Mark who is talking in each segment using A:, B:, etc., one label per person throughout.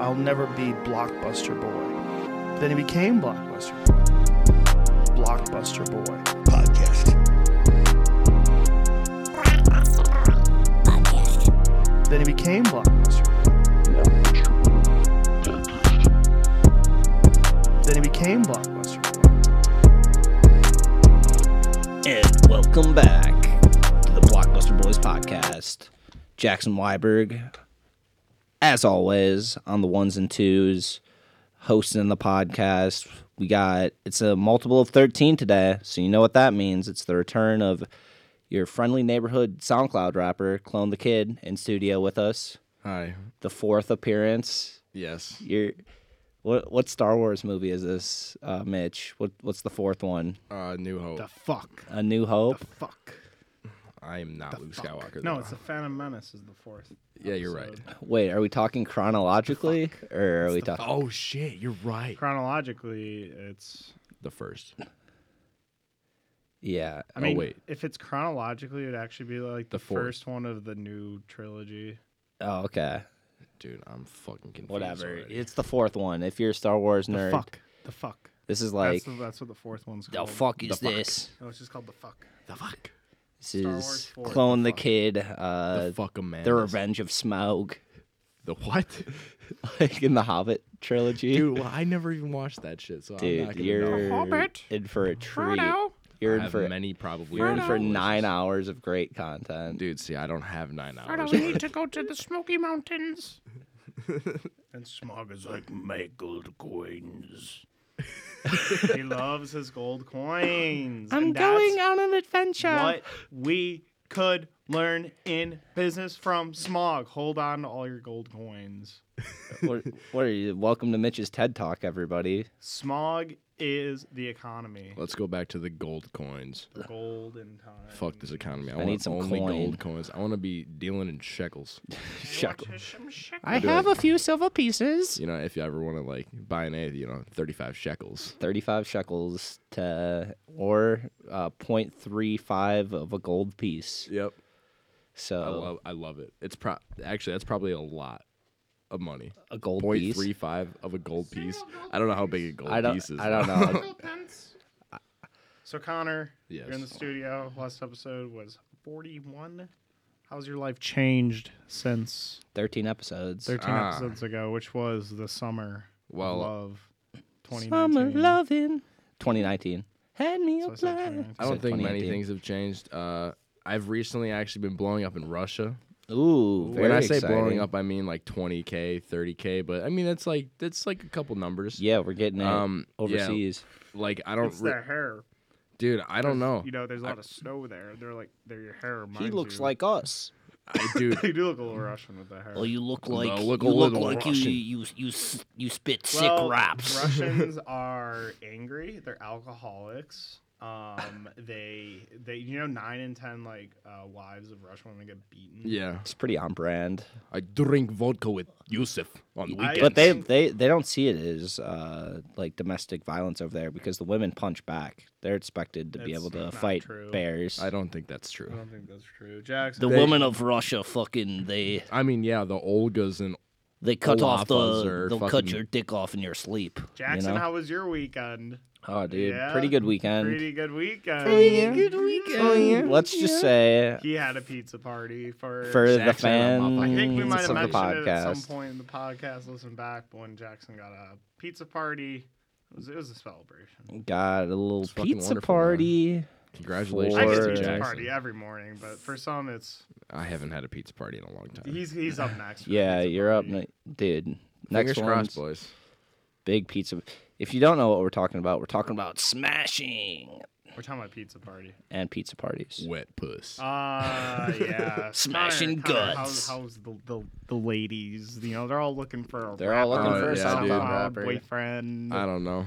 A: I'll never be Blockbuster Boy. Then he became Blockbuster Boy. Blockbuster Boy.
B: podcast.
A: Then he became Blockbuster Boy. Then he became Blockbuster Boy.
C: And welcome back to the Blockbuster Boys podcast. Jackson Weiberg, as always, on the ones and twos, hosting the podcast. We got it's a multiple of 13 today, so you know what that means. It's the return of your friendly neighborhood SoundCloud rapper, Clone the Kid, in studio with us.
D: Hi.
C: The fourth appearance.
D: Yes.
C: You're, what what Star Wars movie is this, uh, Mitch? What what's the fourth one?
D: Uh, New Hope.
E: The fuck.
C: A New Hope.
E: The fuck.
D: I am not Luke Skywalker.
E: No,
D: though.
E: it's the Phantom Menace is the fourth.
D: yeah, you're right.
C: Wait, are we talking chronologically or are we talking?
D: Oh shit, you're right.
E: Chronologically, it's.
D: The first.
C: Yeah, Oh,
E: I mean,
D: wait.
E: if it's chronologically, it'd actually be like the,
D: The fourth.
E: first one of the new trilogy.
C: Oh, okay.
D: Dude, I'm fucking confused.
C: Whatever.
D: already.
C: It's the fourth one. If you're a Star Wars nerd,
E: Fuck. The fuck.
C: this is like
E: that's, the, that's what the fourth one's
C: the
E: called.
C: fuck is this?
E: No, it's just called the fuck.
D: the fuck.
C: This
E: Star Wars
C: is
E: four, the
C: Clone the,
D: fuck.
C: Kid.
D: The
C: Uh,
D: fuck a man.
C: the Revenge of Smaug,
D: The what?
C: like in the Hobbit trilogy.
D: Dude, well, I never even watched that shit, so I'm not
C: Dude,
D: gonna
C: you're
D: know.
E: Hobbit.
C: in for a treat.
D: I
C: You're in
D: have
C: for
D: many probably.
C: you're in for
D: revelations.
C: nine hours of great content.
D: Dude, see, I don't have nine
E: I
D: hours.
E: don't need to go to the Smoky Mountains. and Smog is like, my gold coins. he loves his gold coins. and that's
C: on an adventure.
E: what we could learn in business from smog. Hold on to all your gold coins.
C: what? What are you? Welcome to Mitch's TED Talk, everybody.
E: Smog is the economy.
D: Let's go back to the gold coins.
E: The golden time.
D: Fuck this economy. I,
C: need
D: want
C: some
D: only
C: coin.
D: gold coins. I want to be dealing in shekels.
C: Shuck.
D: I have
C: a few silver pieces.
D: You know, if you ever want to like buy an eighth, you know, thirty-five shekels.
C: 35 shekels to or uh, 0.35 of a gold piece.
D: Yep. I
C: So
D: love I love it. It's pro- actually that's probably a lot of money.
C: a gold
D: Point
C: piece.
D: three five of a gold piece. I don't know how big a gold
C: I don't
D: piece is.
C: I don't know.
E: So Connor, you're in the
D: Yes.
E: studio. Last episode was 41. How's your life changed since
C: 13 episodes.
E: 13
D: Ah.
E: episodes ago, which was the summer
D: Well,
E: of love?
C: Summer
E: 2019.
C: loving 2019. Had me
E: So
C: a
E: I said
C: blind.
E: 2019.
D: I don't
C: said
D: think many
C: 2018.
D: things have changed. Uh, I've recently actually been blowing up in Russia.
C: Ooh, very
D: when I say
C: exciting.
D: blowing up, I mean like 20k, 30k, but I mean that's like that's like a couple numbers.
C: Yeah, we're getting it
D: Um, yeah.
C: overseas.
D: Like I don't
E: It's
D: re-
E: their hair.
D: dude, I don't know.
E: You know, there's a lot of snow there. They're like, they're your hair.
C: He
E: reminds
C: looks
E: you.
C: like us.
D: I do
E: You do look a little Russian with that hair.
C: Well, you look
D: Well,
C: like
D: look a
C: you look
D: little
C: like you,
D: Russian.
C: you you s- you spit sick
E: Well,
C: raps.
E: Russians are angry. They're alcoholics. Um, they they you know nine in ten like uh, wives of Russian women get beaten.
D: Yeah.
C: It's pretty on brand.
D: I drink vodka with Yusuf on weekends.
C: But they, they they don't see it as uh, like domestic violence over there because the women punch back. They're expected to be
E: That's
C: able to
E: not
C: fight
E: true.
C: bears.
D: I don't think that's true.
E: I don't think that's true. Jackson,
C: the
D: They-
C: women of Russia fucking they
D: I mean, yeah, the Olgas and
C: they cut off
D: Olafas
C: the
D: are
C: they'll cut
D: fucking-
C: your dick off in your sleep.
E: Jackson,
C: you know?
E: how was your weekend?
C: oh dude,
E: Yeah,
C: pretty good weekend.
E: Pretty good weekend. Oh,
C: good weekend. Let's just say
E: He had a pizza party for.
C: for the
D: Jackson and
C: fans
D: Mama.
E: I think we
C: of
E: might have
C: the
E: mentioned it at some
C: podcast.
E: point in the podcast. Listen back when Jackson got a pizza party. It was, it was a celebration.
C: Got a little
D: fucking
C: pizza
D: wonderful, man.
C: party.
D: Congratulations,
E: I get
C: Or-
E: a pizza
D: Jackson.
E: party every morning, but for some, it's
D: I haven't had a pizza party in a long time.
E: he's he's up next. for the
C: Yeah,
E: pizza
C: you're up,
E: party.
C: ne- dude.
D: Fingers
C: Next
D: crossed,
C: one's
D: boys.
C: big pizza. If you don't know what we're talking about, we're talking about smashing
E: We're talking about pizza party.
C: and pizza parties.
D: Wet puss.
E: Uh, yeah.
C: Smashing
E: Connor, Connor,
C: guts.
E: How's, how's the, the the ladies? You know, they're all looking for a
C: They're all
E: rapper,
C: looking
D: for a
E: a
D: solid
E: SoundCloud
C: rapper.
E: boyfriend.
D: I don't know.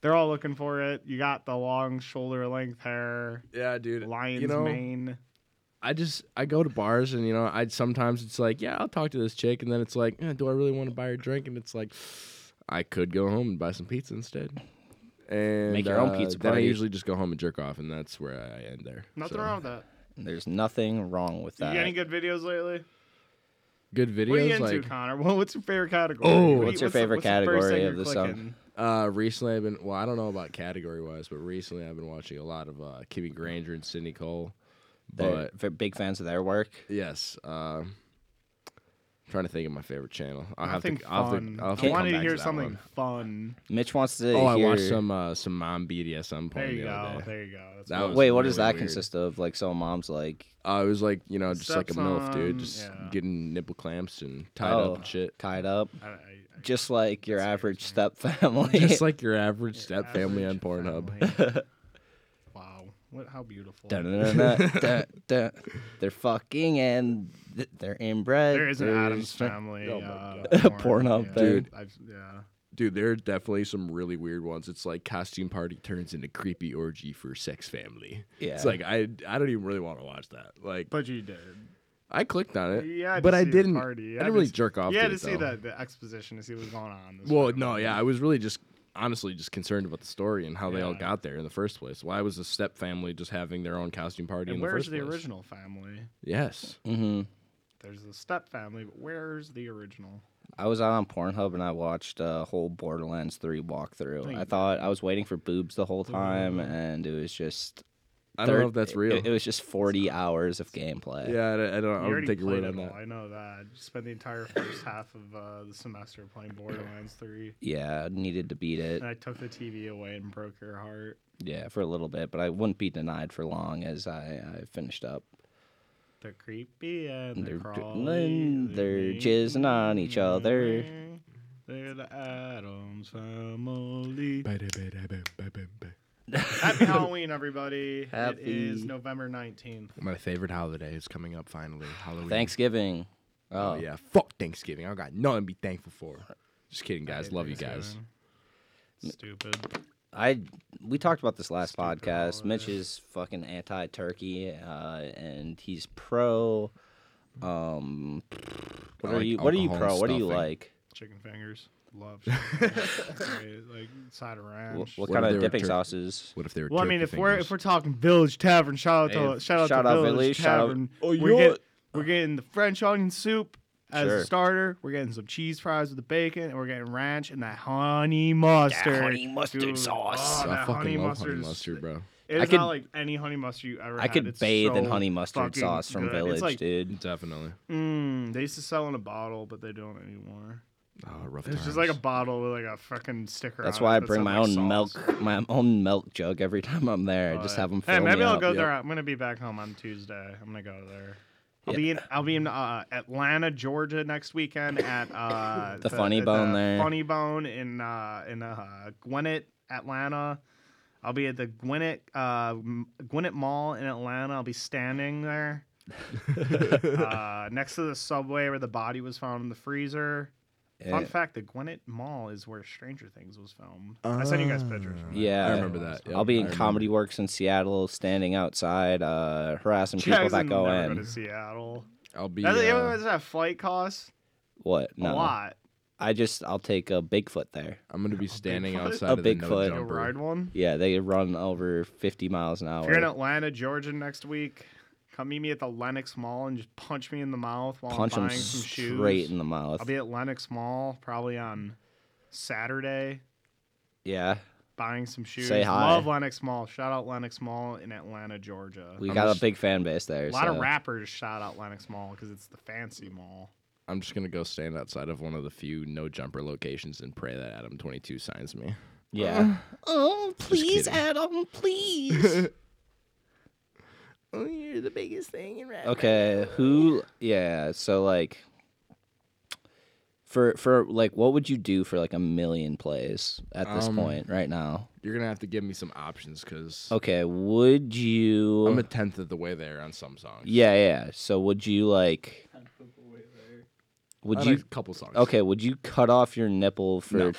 E: They're all looking for it. You got the long shoulder length hair,
D: Yeah, dude.
E: lion's
D: you know,
E: mane.
D: I just I go to bars and you know I sometimes it's like yeah I'll talk to this chick and then it's like eh, do I really want to buy her a drink and it's like I could go home and buy some pizza instead. And
C: Make your own
D: uh,
C: pizza
D: Then I
C: party.
D: usually just go home and jerk off and that's where I end there.
E: Nothing
D: So,
E: wrong with that.
C: There's nothing wrong with
E: You got any
C: that.
E: good videos lately?
D: good videos.
E: What are you into,
D: like
E: Connor? Well, what's your favorite category?
D: Oh,
E: What do you-
D: Wait,
C: What's your
E: the-
C: favorite
E: what's the first
C: category
E: thing
C: of
E: you're
C: the song?
E: clicking?
D: uh, recently, I've been well. I don't know about category wise, but recently I've been watching a lot of uh, Kimmy Granger and Sydney Cole.
C: They're
D: But
C: f- big fans of their work.
D: yes, uh, trying to think of my favorite channel. I'll have
E: Nothing
D: to. I'll have
E: fun.
D: to. I'll have
E: I
D: to
E: wanted
D: come
E: to
D: back
E: hear
D: that
E: something
D: one.
E: fun.
C: Mitch wants to.
D: Oh, I
C: hear...
D: watched some uh, some mom BDSM porn
E: There you
D: the
E: go.
D: other day.
E: There you go. That's
D: That
E: cool.
D: was-
C: Wait, what does
D: really
C: that
D: weird.
C: consist of? Like, so mom's like
D: Uh, it was like you know, just like a
E: Steps
D: milf, dude,
E: on-
D: just
E: yeah.
D: getting nipple clamps and tied
C: Oh.
D: up and shit.
C: tied up,
E: I, I, I,
C: just like your average step family.
D: Just like your average step family on
E: average
D: Pornhub.
E: family. wow. What? How beautiful.
C: Dun, dun, dun, dun, dun, dun. They're fucking and th- they're inbred.
E: There is an
C: They're
E: Adams
C: str-
E: family.
D: Oh my
E: uh,
C: God.
E: porn,
C: Pornhub
E: yeah.
C: thing.
D: Dude.
E: I've, yeah.
D: Dude, there are definitely some really weird ones. It's like costume party turns into creepy orgy for sex family.
C: Yeah.
D: It's like I I don't even really want to watch that. Like
E: But you did.
D: I clicked on it.
E: Yeah,
D: but I
E: see the
D: didn't
E: Party.
D: I
E: You had
D: didn't
E: to
D: really
E: see-
D: jerk off
E: You
D: to,
E: had
D: it,
E: to see
D: though.
E: the, the exposition to see what was going on. This
D: Well,
E: week.
D: no, yeah, I was really just honestly just concerned about the story and how they all
E: Yeah.
D: got there in the first place. Why was the step family just having their own costume party
E: And
D: in the
E: where's
D: first
E: the
D: place?
E: original family?
D: Yes.
C: Mhm.
E: There's the step family, but where's the original?
C: I was out on Pornhub and I watched a whole Borderlands 3 walkthrough.
E: Thank
C: I
E: you.
C: thought I was waiting for boobs the whole time, and it was just.
D: I don't
C: thir-
D: know if that's
C: it-
D: real.
C: It, was just 40 hours of gameplay.
D: yeah, I don't, I don't, I
E: you
D: don't
E: already
D: take your
E: played
D: word on
E: it all.
D: that.
E: I know that. You spent the entire first half of uh, the semester playing Borderlands 3.
C: Yeah, I needed to beat it.
E: And I took the TV away and broke your heart.
C: Yeah, for a little bit, but I wouldn't be denied for long as I, I finished up.
E: They're creepy and
C: They're
E: they're,
C: d-
E: crawly.
C: they're
E: mean,
C: jizzing on each other.
E: They're the Adams family.
D: My
E: Happy Halloween, everybody. It is
C: Happy-
E: November 19th.
D: favorite holiday is coming up finally. Halloween.
C: Thanksgiving.
D: Oh, yeah. Fuck Thanksgiving. I got nothing to be thankful for. Just kidding, guys.
E: Hate
D: Love you guys.
E: Thanksgiving. Stupid.
C: I we talked about this last
E: Stupid
C: podcast.
E: holiday.
C: Mitch is fucking anti turkey, uh, and he's pro. Um, what
D: I
C: are
D: like
C: you? What are you
D: alcohol
C: pro?
D: and
C: What do you
D: stuffing.
C: like?
E: Chicken fingers. Love chicken fingers. like side of
C: Wh-
E: ranch.
C: what
D: What
C: kind
D: if
C: of
D: they were
C: dipping
D: turkey?
C: sauces?
D: What if they were
E: Well, I mean, if
D: turkey
E: we're
D: fingers?
E: if we're talking Village Tavern, shout out to
C: Hey,
E: shout out
C: shout
E: to
C: out
E: Village,
C: Village, shout out-
E: Tavern.
C: Oh,
E: we're,
C: yeah.
E: get- we're getting the French onion soup as
C: Sure.
E: a starter. We're getting some cheese fries with the bacon, and we're getting ranch and that honey mustard.
C: honey mustard
E: Dude,
C: sauce.
E: oh,
D: I
E: that
D: fucking
E: honey
D: love
E: mustard
D: honey
E: is-
D: mustard, bro.
E: It's
C: I could-
E: not like any honey mustard you ever
C: I
E: had.
C: could
E: It's
C: bathe in
E: so
C: honey mustard
E: fucking
C: sauce from
E: good.
C: Village,
E: It's like,
C: dude.
D: Definitely.
E: mm, they used to sell in a bottle, but they don't anymore.
D: Oh, rough
E: It's just like a bottle with like a fucking sticker.
C: That's
E: on
C: why
E: it
C: I
E: that
C: bring
E: said,
C: my
E: like,
C: own
E: sauce.
C: milk, my own milk jug every time I'm there. I just
E: But-
C: have them.
E: Hey,
C: fill
E: maybe
C: me
E: I'll
C: up,
E: go
C: yep.
E: there. I'm gonna be back home on Tuesday. I'm gonna go there. I'll be in I'll be in uh, Atlanta, Georgia next weekend at uh,
C: The Funny Bone there.
E: Funny Bone in uh, in uh, Gwinnett, Atlanta. I'll be at the Gwinnett uh, M- Gwinnett Mall in Atlanta. I'll be standing there uh, next to the subway where the body was found in the freezer. Fun
C: Eh,
E: fact: the Gwinnett Mall is where Stranger Things was filmed. I sent you guys pictures. from that.
C: Yeah,
D: I remember that.
C: I'll
D: Yep,
C: be
D: I
C: in
D: remember.
C: Comedy Works in Seattle, standing outside, uh, harassing people
E: Jackson
C: that go
E: will never
C: in.
E: to Seattle.
D: I'll be.
E: That's,
D: uh,
E: does that flight cost?
C: What? No,
E: A lot.
C: I just I'll take a Bigfoot there.
D: I'm gonna be standing
E: Bigfoot?
D: outside
C: A
D: of the
C: Bigfoot.
D: no
C: You'll
E: You'll
D: jumper.
E: ride one.
C: Yeah, they run over 50 miles an
E: If you're in
C: hour.
E: Atlanta, Georgia next week, come meet me at the Lenox Mall and just punch me in the mouth while
C: Punch
E: I'm
C: them
E: buying some shoes.
C: straight in the mouth.
E: I'll be at Lenox Mall probably on Saturday
C: yeah,
E: buying some shoes.
C: Say hi.
E: Love Lenox Mall. Shout out Lenox Mall in Atlanta, Georgia.
C: we
D: I'm
C: got a
D: just-
C: big fan base there.
E: a lot of
C: so-
E: rappers shout out Lenox Mall because it's the fancy mall.
D: I'm just gonna go stand outside of one of the few no jumper locations and pray that Adam 22 signs me.
C: Yeah. Oh,
D: please, kidding.
C: Adam, please.
D: Oh, you're the biggest thing in rap.
C: okay, who? Yeah, so like, for for like, what would you do for like a million plays at this
D: Um,
C: point right now?
D: You're gonna have to give me some options because
C: Okay, would you?
D: I'm a tenth of the way there on some songs.
C: yeah, yeah. So would you like? Would
D: On
C: you
D: a couple songs?
C: Okay, would you cut off your nipple for
D: No.
C: t-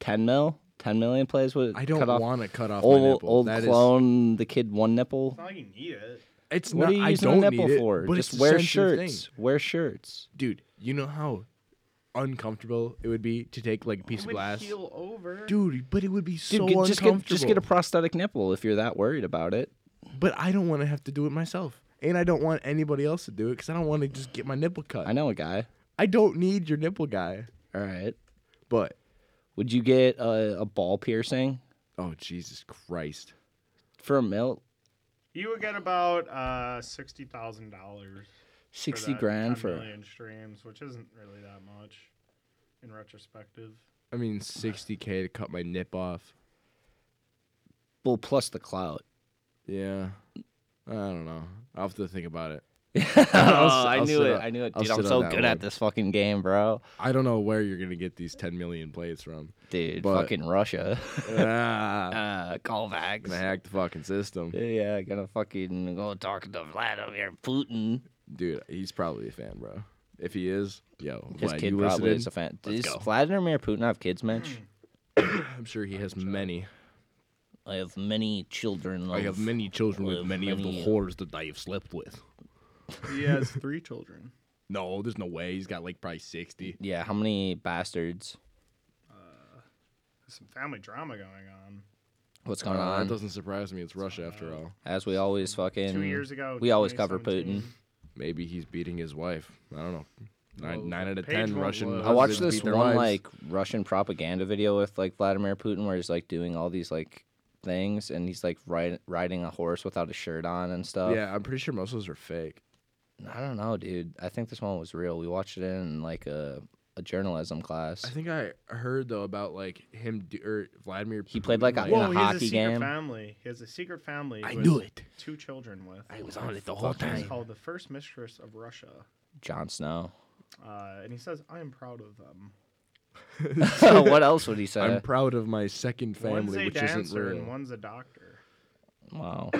C: 10 mil? 10 million plays? Would
D: I don't
C: cut off
D: want to cut off my
C: old,
D: nipple.
C: old
D: That is-
C: clone the kid one nipple?
E: It's not like you need it.
D: it's
C: What
D: not.
C: are you
D: I
C: using
D: don't
C: a nipple
D: need it,
C: for?
D: but
C: Just
D: it's a
C: wear
D: sensitive thing.
C: shirts. Wear shirts.
D: dude. You know how uncomfortable it would be to take like a piece
E: It
D: of
E: would
D: glass,
E: heal over.
D: dude. But it would be
C: Dude,
D: so
C: get-
D: uncomfortable.
C: just get just get a prosthetic nipple if you're that worried about it.
D: But I don't want to have to do it myself. and I don't want anybody else to do it because I don't want to just get my nipple cut.
C: I know a guy.
D: I don't need your nipple guy.
C: All right.
D: But
C: Would you get a, a ball piercing
D: oh Jesus Christ,
C: for a mil?
E: You would get about uh, sixty thousand dollars.
C: 60 grand for.
E: million streams, which isn't really that much in retrospective.
D: I mean 60k to cut my nip off.
C: Well, plus the clout.
D: Yeah, I don't know. I'll have to think about it.
C: oh, I
D: I'll
C: knew
D: sit
C: it.
D: on-
C: I knew it.
D: I'll
C: Dude,
D: sit
C: I'm
D: on
C: so
D: that
C: good at
D: one.
C: this fucking game, bro.
D: I don't know where you're gonna get these 10 million plays from.
C: Dude,
D: But-
C: fucking Russia.
D: ah,
C: uh, callbacks.
D: gonna hack the fucking system,
C: Yeah, gonna fucking go talk to Vladimir Putin.
D: dude. He's probably a fan, bro. If he is, yo,
C: His
D: Vlad,
C: kid
D: you
C: probably
D: listening?
C: is a fan.
D: Let's
C: Does
D: go.
C: Vladimir Putin have kids, Mitch?
D: I'm sure he has many.
C: I have many children.
D: I have
C: of-
D: many children with
C: With
D: many of the
C: many- uh,
D: whores that I have slept with.
E: He has three children.
D: No, there's no way. He's got like probably 60.
C: Yeah, how many bastards?
E: There's some family drama going on.
C: What's going
D: Uh, that
C: on?
D: doesn't surprise me. It's Russia after all.
C: As we always fucking.
E: Two years ago,
C: We always cover Putin.
E: 2017.
D: Maybe he's beating his wife. I don't know. Nine,
E: Well,
D: nine out of
E: Paige
D: 10
E: won't
D: Russian.
E: look.
C: I watched
D: husbands
C: this
D: beat their
C: one
D: wives.
C: like Russian propaganda video with like Vladimir Putin, where he's like doing all these like things, and he's like ri- riding a horse without a shirt on and stuff.
D: Yeah, I'm pretty sure most of those are fake.
C: I don't know, dude. I think this one was real. We watched it in like a, a journalism class.
D: I think I heard though about like him do,
E: er,
D: or Vladimir.
C: He played, like, a- In
E: Whoa, he has
C: hockey
E: a secret
C: game.
E: family. He has a secret family.
D: I
E: who
D: knew
E: has
D: it.
E: Two children with.
D: I was on it the whole
E: She's
D: time.
E: called the first mistress of Russia,
C: Jon Snow.
E: uh, and he says, "I am proud of them."
C: what else would he say?
D: I'm proud of my second
E: one's a
D: family, which isn't
E: dancer
D: real.
E: and one's a doctor.
C: wow,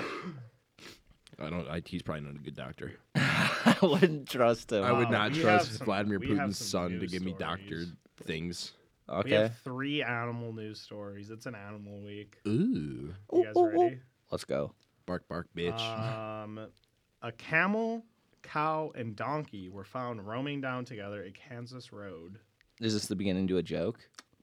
D: I don't. I, he's probably not a good doctor.
C: I wouldn't trust him.
D: I would
E: Wow,
D: not
E: we
D: trust
E: have some-
D: Vladimir
E: we have
D: Putin's
E: some
D: son to
E: news
D: give me
E: stories.
D: doctored things.
C: okay.
E: We have three animal news stories. It's an animal week.
D: Ooh,
E: You guys
C: Ooh, ooh, ooh.
E: ready?
C: Let's go.
D: bark, bark, bitch.
E: Um, a camel, cow, and donkey were found roaming down together a Kansas road.
C: Is this the beginning to a joke?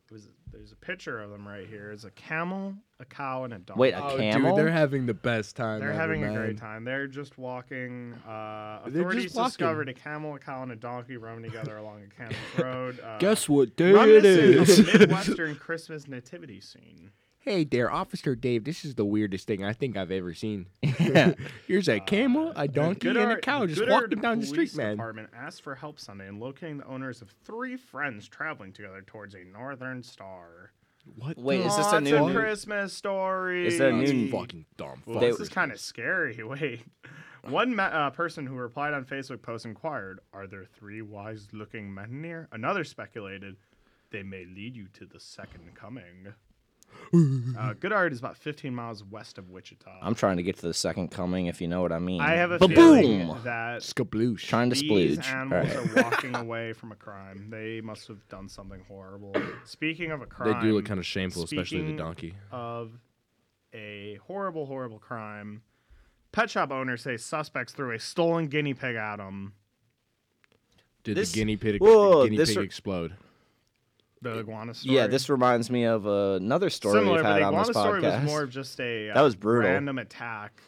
E: It was, there's a picture of them right here. It's a camel, a cow, and a donkey.
C: Wait, a Oh, camel?
D: Dude, they're having the best time.
E: They're
D: ever,
E: having a
D: man.
E: great time. They're just walking. Uh,
D: They're just
E: authorities
D: walking.
E: discovered a camel, a cow, and a donkey roaming together along a Kansas road. Uh,
D: what day
E: reminiscent of a Midwestern Christmas nativity scene.
D: hey there, Officer Dave. This is the weirdest thing I think I've ever seen.
C: Yeah.
D: Here's a camel,
E: Uh,
D: a donkey, and a
E: Goodart-
D: cow just
E: Goodart
D: walking down the street,
E: Police
D: man.
E: Department asked for help Sunday in locating the owners of three friends traveling together towards a northern star.
D: What?
C: Wait, is this
E: Aw,
C: a
E: it's
C: new-
E: Christmas story?
C: Is that a
D: That's
C: new-
D: fucking dumb.
E: Well,
D: fuck
E: this is kind of scary. Wait, one ma- uh, person who replied on Facebook post inquired, "Are there three wise-looking men near?" Another speculated, "They may lead you to the second coming." uh, Goodart is about 15 miles west of Wichita.
C: I'm trying to get to the second coming, if you know what I mean.
E: I have a feeling
C: boom.
E: that
D: Skabloosh.
C: Trying to
E: These
C: splooge. All right.
E: animals are walking away from a crime. They must have done something horrible. Speaking of a crime,
D: They do look kind of shameful, especially
E: Speaking
D: the donkey.
E: of a horrible, horrible crime. Pet shop owners say suspects threw a stolen guinea pig at them.
D: Did
C: this-
D: the guinea pig,
C: Whoa,
D: guinea
C: this
D: pig
C: re-
D: explode?
E: The iguana story.
C: Yeah, this reminds me of uh, another story
E: similar,
C: we've
E: but
C: had
E: the
C: on
E: iguana
C: this
E: story
C: podcast.
E: was more of just a uh,
C: That was brutal.
E: random attack.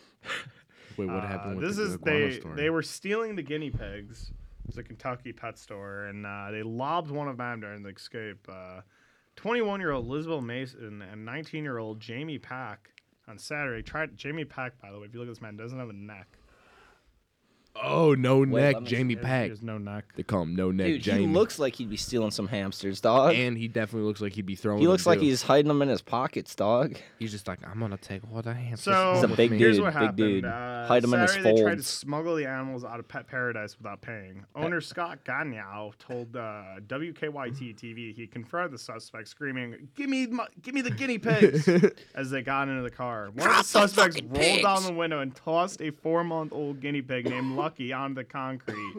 D: Wait, what
E: Uh,
D: happened with
E: this
D: the
E: is
D: iguana
E: they
D: story?
E: they were stealing the guinea pigs. It's a Kentucky pet store, and uh, they lobbed one of them during the escape. Uh, Twenty-one-year-old Lisbeth Mason and nineteen-year-old Jamie Pack on Saturday tried. Jamie Pack, by the way, if you look at this man, doesn't have a neck.
D: Oh, no
C: let
D: neck,
C: me-
D: Jamie
E: He
D: Pack.
E: has no neck.
D: They call him No Neck
C: Dude,
D: Jamie.
C: he looks like he'd be stealing some hamsters, dog.
D: and he definitely looks like he'd be throwing.
C: he looks
D: them,
C: like
D: too.
C: he's hiding them in his pockets, dog.
D: He's just like, I'm gonna take all the hamsters.
E: So
C: He's a
D: with
C: big
D: me."
C: dude.
E: Here's what happened.
C: big dude.
E: Uh,
C: Hide 'em in his
E: Saturday, they tried to
C: folds.
E: smuggle the animals out of Pet Paradise without paying. Owner Scott Gagnow told uh,
C: Mm-hmm.
E: WKYT TV he confronted the suspect, screaming, "Give me, my, give me the guinea pigs!" as they got into the car. One of the suspects rolled down the window and tossed a four-month-old guinea pig named Lucky onto the concrete.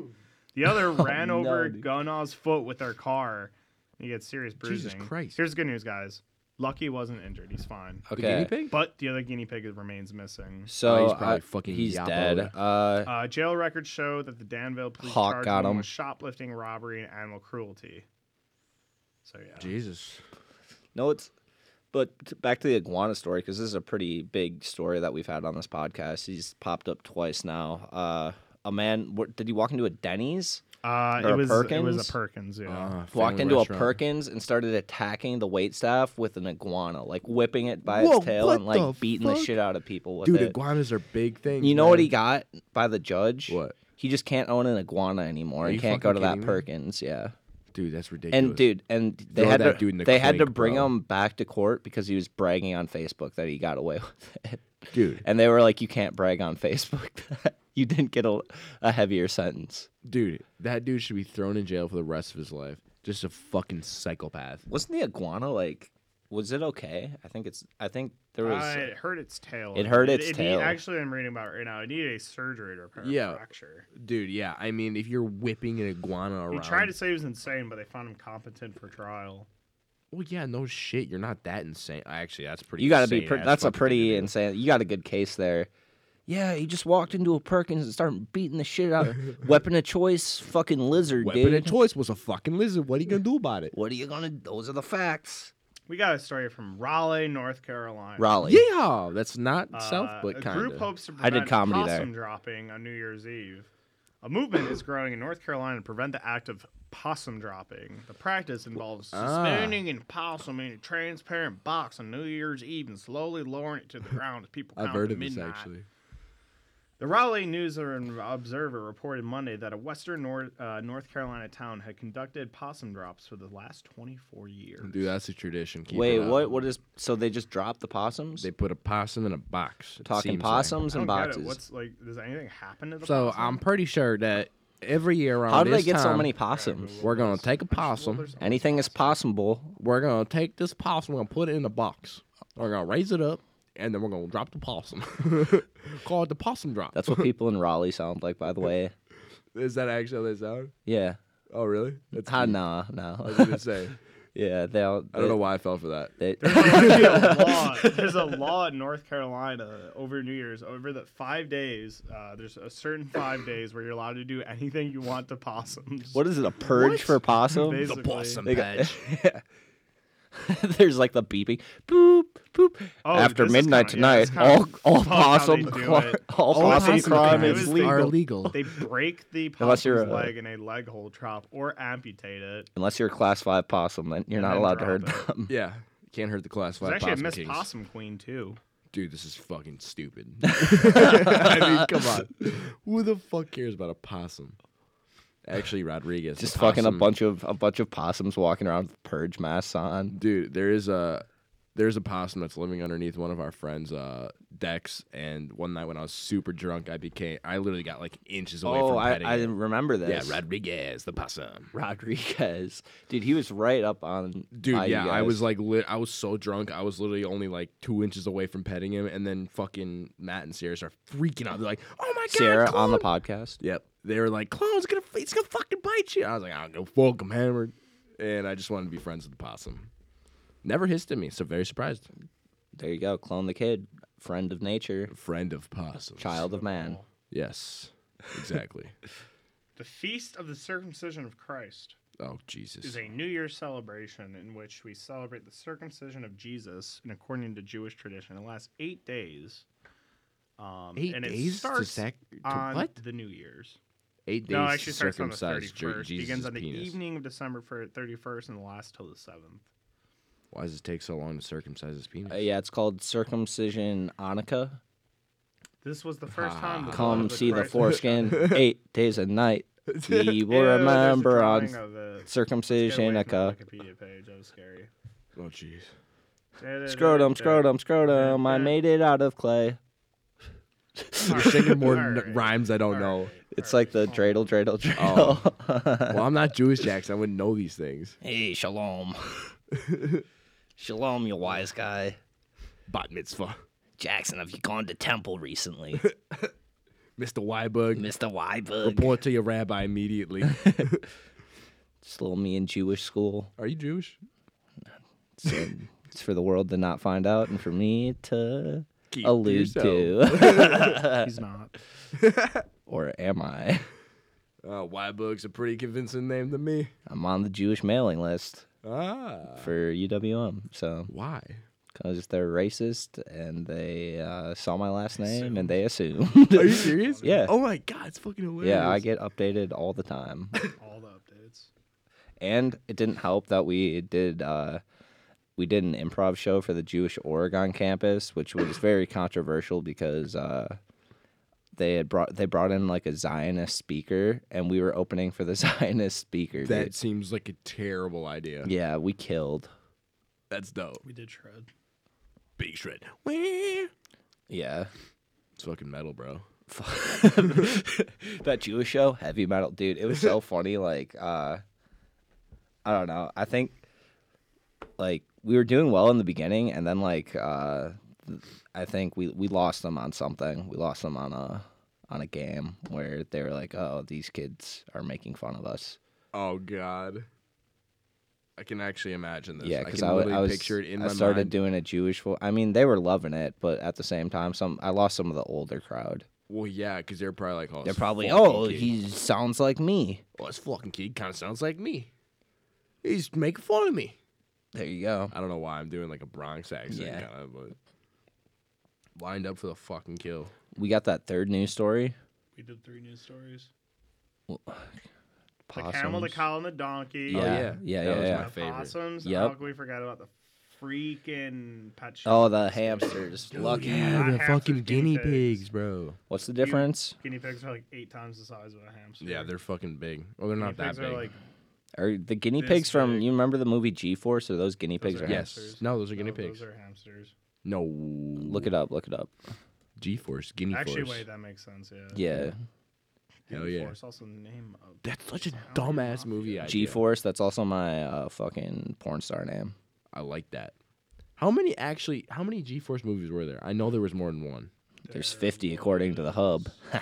E: The other ran
C: Oh, no,
E: over
C: dude.
E: Gunnaw's foot with their car. He gets serious bruising.
D: Jesus Christ.
E: Here's the good news, guys. Lucky wasn't injured. He's fine.
D: The
C: Okay.
D: guinea pig?
E: But the other guinea pig remains missing.
C: So
D: Oh, he's probably
C: I-
D: fucking
C: he's
D: yappoed.
C: dead. Uh,
E: Uh, jail records show that the Danville police
C: Hawk
E: charged
C: got
E: him
C: him.
E: with shoplifting, robbery, and animal cruelty. So yeah,
D: Jesus.
C: no, it's But t- back to the iguana story because this is a pretty big story that we've had on this podcast. He's popped up twice now. Uh, a man wh- did he walk into a Denny's?
E: Uh,
C: Or
E: it
C: a
E: was it was
C: Perkins? Uh-huh.
E: a Perkins, yeah.
D: Ah,
C: Uh, Walked
D: family
C: into a
D: restaurant.
C: Perkins and started attacking the wait staff with an iguana, like whipping it by
D: Whoa,
C: its tail
D: what
C: and like
D: the
C: beating the
D: fuck?
C: shit out of people with
D: Dude,
C: it.
D: iguanas are big things.
C: you know what
D: man.
C: he got by the judge?
D: What?
C: He just can't own an iguana anymore.
D: Are
C: He
D: you
C: can't go to
D: fucking
C: that
D: kidding me?
C: Perkins. Yeah.
D: Dude, that's ridiculous.
C: And dude, and they
D: Throw
C: had to
D: that dude in the
C: they had to
D: clink,
C: bring
D: bro.
C: him back to court because he was bragging on Facebook that he got away with it.
D: dude,
C: And they were like, "You can't brag on Facebook. you didn't get a, a heavier sentence."
D: dude, that dude should be thrown in jail for the rest of his life. Just a fucking psychopath.
C: Wasn't the iguana like? Was it okay? I think it's. I think there was.
E: Uh, it hurt its tail.
C: It hurt its
E: need-
C: tail.
E: actually, I'm reading about it right now. It needed a surgery to repair
D: Yeah.
E: a fracture.
D: Dude, yeah, I mean, if you're whipping an iguana around,
E: He tried to say he was insane, but they found him competent for trial.
D: well, yeah, no shit, you're not that insane. Actually, that's pretty.
C: you got to be.
D: insane
C: Pre-
D: ass
C: that's a
D: fucking
C: pretty
D: thing to do.
C: insane. You got a good case there. Yeah, he just walked into a Perkins and started beating the shit out. of Weapon of choice, fucking lizard,
D: weapon of
C: dude.
D: choice was a fucking lizard. What are you gonna do about it?
C: what are you gonna? Those are the facts.
E: We got a story from Raleigh, North Carolina.
C: Raleigh.
D: Yeah, that's not
E: Uh,
D: south, but
E: a
D: kind
E: group
D: of.
E: hopes to
C: I
E: prevent
C: did comedy there.
E: possum dropping on New Year's Eve. A movement is growing in North Carolina to prevent the act of possum dropping. The practice involves
D: Ah.
E: suspending an possum in a transparent box on New Year's Eve and slowly lowering it to the ground as people count
D: I've heard
E: to
D: of this
E: midnight.
D: actually.
E: The Raleigh News and Observer reported Monday that a western North, uh, North Carolina town had conducted possum drops for the last 24 years.
D: Dude, that's a tradition. Keep
C: Wait,
D: it up.
C: what? What is? So they just dropped the possums?
D: They put a possum in a box. it
C: talking
D: seems like.
C: possums
E: I
C: and
E: don't get
C: boxes.
E: it. What's like? Does anything happen to the
D: So
E: possum?
D: I'm pretty sure that every year around
C: How do they
D: this
C: get so
D: time,
C: many possums?
D: We're gonna take a
E: Well,
D: possum.
E: there's-
C: Anything is possible.
D: We're gonna take this possum. We're gonna put it in a box. We're gonna raise it up, and then we're gonna drop the possum. Call it the possum drop.
C: That's what people in Raleigh sound like, by the way.
D: Is that actually how they sound?
C: Yeah.
D: Oh, really? That's
C: Ah,
D: cute.
C: nah,
D: I was
C: no.
D: gonna say.
C: yeah, they all.
D: I don't know why I fell for that.
C: They,
E: There's a law- there's a law in North Carolina over New Year's over the five days. Uh, there's a certain five days where you're allowed to do anything you want to possums.
C: what is it? A purge for possums? They
E: Basically.
C: got- There's like the beeping, boop boop.
E: Oh,
C: After
E: this is
C: midnight
E: kinda- yeah,
C: tonight,
E: that's
C: all
E: kinda
C: all
E: fucked how they
C: possum
E: do
C: cri-
E: it.
C: all possum
E: possum
C: crime
E: crime
C: is
E: is
C: legal
D: Are legal.
E: They break the
C: Unless
E: possum's
C: you're a-
E: leg in a leg hole trap or amputate it.
C: unless you're a class five possum. Then you're
E: And
C: not
E: then
C: allowed to
E: drop
C: hurt
E: it.
C: them.
D: Yeah, can't hurt the class
E: There's
D: five
E: actually a
D: possum
E: Miss
D: kings.
E: Possum Queen too.
D: Dude, this is fucking stupid. I mean, come on. Who the fuck cares about a possum? Actually, Rodriguez.
C: Just
D: a
C: fucking a
D: possum-
C: bunch of a bunch of possums walking around with purge masks on.
D: Dude, there is a there's a possum that's living underneath one of our friends' uh, decks. And one night when I was super drunk, I became I literally got like inches away
C: Oh,
D: from
C: I,
D: petting
C: I
D: it.
C: remember
D: Yeah,
C: this.
D: Rodriguez, the possum.
C: Rodriguez, dude, he was right up on.
D: Dude,
C: by you
D: yeah, I
C: guys.
D: was like, lit I was so drunk, I was literally only like two inches away from petting him, and then fucking Matt and Sarah start freaking out. They're like, "Oh my god,
C: Sarah on the
D: Clone!"
C: podcast.
D: Yep, they were like, "Clone's gonna, it's gonna fucking bite you." I was like, "I don't go fuck, I'm hammered," and I just wanted to be friends with the possum. Never hissed at me, so very surprised.
C: There you go, clone the kid, friend of nature,
D: Friend of possum,
C: child of man.
D: Yes, exactly.
E: The Feast of the Circumcision of Christ
D: oh
E: is
D: Jesus,
E: a New Year's celebration in which we celebrate the circumcision of Jesus, and according to Jewish tradition, it lasts eight days. Um,
D: Eight
E: and it
D: days to
E: starts
D: sac- to
E: on
D: what?
E: the New Year's.
D: eight days
E: no, it actually starts on the
D: circumcised Jer-
E: 31st.
D: Jesus'
E: begins on the
D: penis.
E: evening of December fir- 31st and lasts till the 7th.
D: Why does it take so long to circumcise his penis?
C: Uh, yeah, it's called circumcision Annika.
E: This was the first
D: Ah,
E: time. the blood
C: Come
E: of the
C: see the
E: Christ-
C: foreskin eight days a night. We
E: Ew,
C: will
E: there's a
C: remember
E: drawing
C: on
E: of it. Get away
C: circumcision.
E: from the
C: Annika.
E: Wikipedia page. That was scary.
D: Oh jeez.
C: Scrotum, scrotum, scrotum. I made it out of clay.
E: All right,
D: Thinking more
E: all
D: n-
E: right,
D: rhymes I don't
E: all
D: know.
E: right,
C: It's
E: all
C: like the
E: right.
C: dreidel, dreidel,
E: Oh.
C: dreidel.
D: Well, I'm not Jewish, Jackson. I wouldn't know these things.
C: hey, shalom. shalom, you wise guy.
D: Bat mitzvah.
C: Jackson, have you gone to temple recently?
D: Mr. Weibug,
C: Mr. Weibug.
D: report to your rabbi immediately.
C: Just little me in Jewish school.
D: Are you Jewish?
C: So it's for the world to not find out and for me to
D: Keep to
C: allude
D: yourself.
C: to.
E: He's not.
C: or am I?
D: Uh, Weibug's a pretty convincing name to me.
C: I'm on the Jewish mailing list
D: Ah.
C: for UWM. So
D: Why?
C: I was just they're racist and they uh, saw my last name and they
D: Are
C: assumed.
D: you serious?
C: Yeah.
D: Oh my god, it's fucking hilarious.
C: yeah, I get updated all the time.
E: All the updates.
C: and it didn't help that we did uh, we did an improv show for the Jewish Oregon campus, which was very controversial because uh, they had brought they brought in like a Zionist speaker, and we were opening for the Zionist speaker.
D: That
C: dude.
D: seems like a terrible idea.
C: yeah, we killed.
D: That's dope.
E: We did shred.
D: Big shred. It's
C: Yeah,
D: fucking metal, bro.
C: that Jewish show, heavy metal, dude. It was so funny. Like, uh, I don't know. I think like we were doing well in the beginning, and then like uh, I think we we lost them on something. We lost them on a on a game where they were like, "Oh, these kids are making fun of us."
D: Oh god. I can actually imagine this.
C: Yeah,
D: I
C: because
D: can
C: I, wa-
D: literally
C: I was
D: picture it in
C: I
D: my
C: started
D: mind.
C: doing a Jewish. Vo- I mean, they were loving it, but at the same time, some I lost some of the older crowd.
D: well, yeah, because they're probably like, oh,
C: They're
D: this
C: probably,
D: fucking
C: "Oh,
D: kid-
C: he sounds like me."
D: oh, this fucking kid kind of sounds like me. He's making fun of me.
C: There you go.
D: I don't know why I'm doing like a Bronx accent,
C: Yeah.
D: kind of, but lined up for the fucking kill.
C: we got that third news story.
E: We did three news stories. The
C: Possums.
E: camel, the cow, and the donkey.
C: Yeah.
D: Oh yeah,
C: yeah,
D: that
C: yeah,
D: was
C: yeah.
D: my favorite.
E: Possums.
C: Yep.
E: How could we forget about the freaking pet shop?
C: Oh, the hamsters. Look,
E: yeah, the fucking guinea pigs,
D: bro.
C: what's the difference?
E: Guinea pigs are like eight times the size of a hamster.
D: Yeah, they're fucking big. Well, they're
E: Guinea
D: not that
E: pigs
D: big.
E: are like
C: Are the guinea
E: This
C: pigs from?
E: big.
C: You remember the movie G Force? Or those guinea
E: Those
C: pigs?
E: are
C: are
E: ham-
C: ham-
D: yes,
E: hamsters.
D: no, those are
E: no,
D: guinea pigs.
E: oh, Those are hamsters.
D: No,
C: Look it up. Look it up.
D: G-force, guinea
E: Actually,
D: force.
E: wait, that makes sense. Yeah.
C: Yeah,
E: Guinea
D: Hell yeah.
E: Force, also the name of.
D: That's such a
E: Sound
D: dumbass
E: off.
D: movie idea.
C: G Force. That's also my uh, fucking porn star name.
D: I like that. How many actually? How many G-force movies were there? I know there was more than one.
C: There's 50 according to the hub.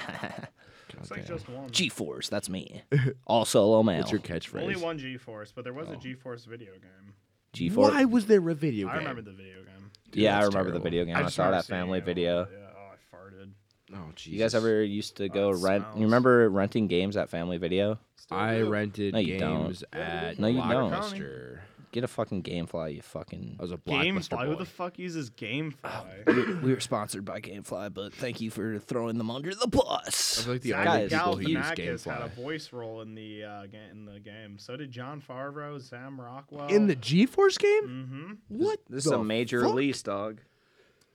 E: It's like just one.
C: G Force. That's me. All solo male.
D: What's your
E: Only
D: catchphrase?
E: one G Force, but there
C: Oh.
E: was a G Force video game.
C: G Force.
D: Why was there a video game?
E: I remember the video game.
D: Dude,
C: yeah, I
D: that's
C: remember the
D: terrible.
C: video game. I,
E: just
C: saw
E: remember
C: that
E: seeing
C: family
E: it.
C: video.
E: Yeah, oh, I farted.
D: Oh, Jesus.
C: You guys ever used to go
E: it
C: rent?
E: smells.
C: You remember renting games at Family Video?
E: Still
D: I
E: do.
D: rented
C: No, you don't.
D: games at
C: No, you don't.
D: Blockbuster.
C: Get a fucking GameFly, you fucking.
D: I was a Blockbuster
E: GameFly. Who
D: boy.
E: the fuck uses
C: Oh,
E: GameFly?
C: we were sponsored by GameFly, but thank you for throwing them under the
D: I
C: bus.
D: feel like the
E: Zach
D: only
C: Guys,
D: people who use
E: Galifianakis had a
D: GameFly.
E: voice role in the uh, ga- in the game. So did John Favreau, Sam Rockwell.
D: In the G-force game?
E: mm-hmm.
D: What?
C: Mm. This is
D: the
C: a major
D: fuck?
C: release, dog.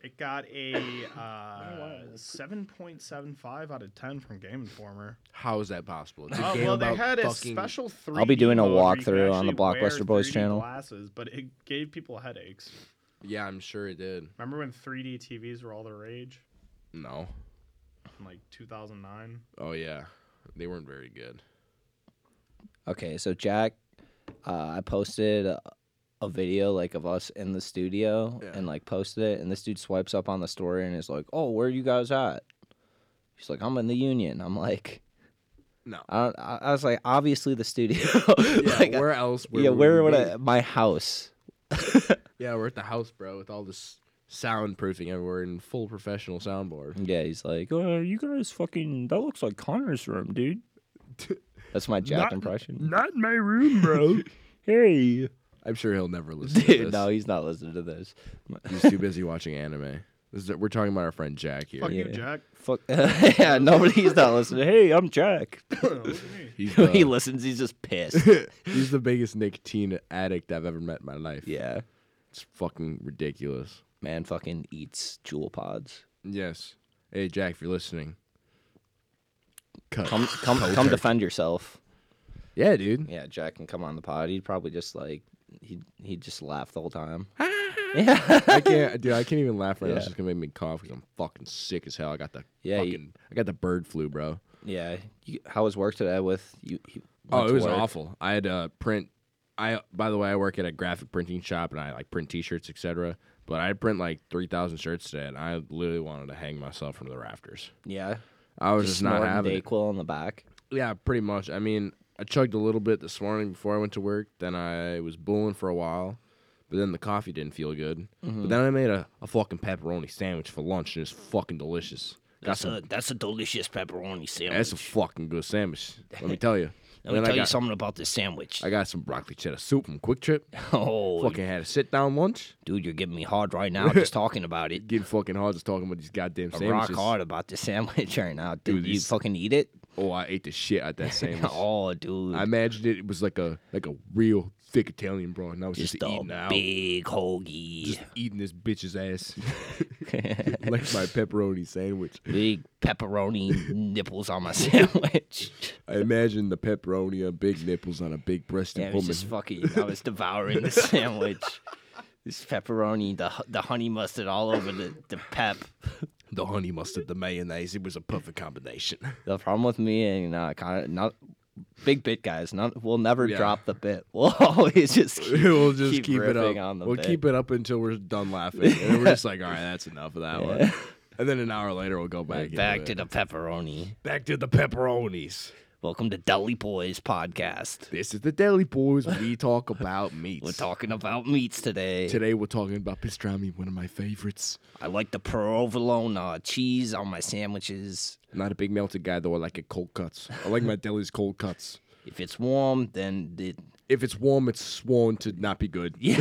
E: It got a uh, seven point seven five out of ten from Game Informer.
D: How is that possible? It's a
E: Oh
D: game
E: well, they
D: about
E: had a
D: fucking.
E: special three.
C: I'll be doing a walkthrough on the Blockbuster Boys channel.
E: Glasses, but it gave people headaches.
D: Yeah, I'm sure it did.
E: Remember when 3D TVs were all the rage
D: No.
E: in like 2009?
D: Oh yeah, they weren't very good.
C: Okay, so Jack, uh, I posted a, a video like of us in the studio
D: Yeah.
C: and like posted it, and this dude swipes up on the story and is like, "Oh, where you guys at?" He's like, "I'm in the union." I'm like,
D: No.
C: I don't, I, I was like, obviously the studio.
D: Yeah,
C: Like,
D: where else?
C: yeah, where
D: we
C: would
D: be?
C: I? My house.
D: Yeah, we're at the house, bro, with all this soundproofing everywhere and full professional soundboard.
C: Yeah, he's like, oh, you guys fucking, that looks like Connor's room, dude. That's my Jack
D: Not-
C: impression.
D: Not in my room, bro.
C: Hey.
D: I'm sure he'll never listen to
C: Dude,
D: this.
C: no, he's not listening to this.
D: he's too busy watching anime. This is, we're talking about our friend Jack here.
E: Fuck you,
C: Yeah.
E: Jack.
C: Fuck. yeah, nobody's not listening. Hey, I'm Jack.
E: Look at me.
D: He's
C: When he
D: the,
C: listens, he's just pissed.
D: he's the biggest nicotine addict I've ever met in my life.
C: yeah.
D: It's fucking ridiculous.
C: Man fucking eats jewel pods.
D: Yes. Hey, Jack, if you're listening, cut.
C: Come, come, come defend yourself.
D: Yeah, dude.
C: Yeah, Jack can come on the pod. He'd probably just like, he'd, he'd just laugh the whole time. yeah.
D: I can't, dude. I can't even laugh right now. It's
C: Yeah.
D: just gonna make me cough because I'm fucking sick as hell. I got the
C: Yeah, you-
D: fucking, I got the bird flu, bro.
C: Yeah. You, how was work today with you? you
D: Oh,
C: went
D: it
C: to
D: was
C: work?
D: awful. I had to print. I by the way, I work at a graphic printing shop and I like print T-shirts, etc. But I print like three thousand shirts today, and I literally wanted to hang myself from the rafters.
C: Yeah.
D: I was just, not
C: snorting
D: having it.
C: Dayquil in the back.
D: Yeah, pretty much. I mean, I chugged a little bit this morning before I went to work. Then I was booing for a while, but then the coffee didn't feel good.
C: Mm-hmm.
D: But then I made a, a fucking pepperoni sandwich for lunch, and it's fucking delicious. Got some.
C: that's a delicious pepperoni sandwich.
D: That's a fucking good sandwich. Let me tell you.
C: Let me
D: Then I
C: tell you
D: got-
C: something about this sandwich.
D: I got some broccoli cheddar soup from Quick Trip.
C: oh,
D: Fucking had a sit down lunch.
C: dude, you're giving me hard right now just talking about it.
D: Getting fucking hard just talking about these goddamn
C: I'm
D: sandwiches.
C: rock hard about this sandwich right now. Did
D: Dude,
C: you
D: these-
C: fucking eat it?
D: Oh, I ate the shit out that sandwich.
C: oh, dude.
D: I imagined it, it was like a like a real thick Italian bro, and I was just,
C: just
D: eating
C: a
D: out,
C: big hoagie.
D: just eating this bitch's ass like my pepperoni sandwich.
C: big pepperoni nipples on my sandwich.
D: I imagine the pepperoni on big nipples on a big breasted
C: Yeah, I was
D: woman.
C: just fucking. I was devouring the sandwich. This pepperoni, the the honey mustard all over the, the pep.
D: The honey mustard, the mayonnaise, it was a perfect combination.
C: The problem with me and uh, kind of not big bit guys, not we'll never
D: Yeah.
C: drop the bit. We'll always just keep,
D: we'll just keep, it up.
C: riffing on the
D: we'll
C: bit.
D: keep it up until we're done laughing, and then we're just like, all right, that's enough of that one. And then an hour later, we'll go back into
C: back
D: it.
C: to the pepperoni.
D: back to the pepperonis.
C: Welcome to Deli Boys podcast.
D: This is the Deli Boys. We talk about meats.
C: We're talking about meats today.
D: Today we're talking about pastrami, one of my favorites.
C: I like the provolone uh, cheese on my sandwiches.
D: Not a big melted guy though. I like it cold cuts. I like my deli's cold cuts.
C: If it's warm, then it,
D: If it's warm, it's sworn to not be good.
C: Yeah.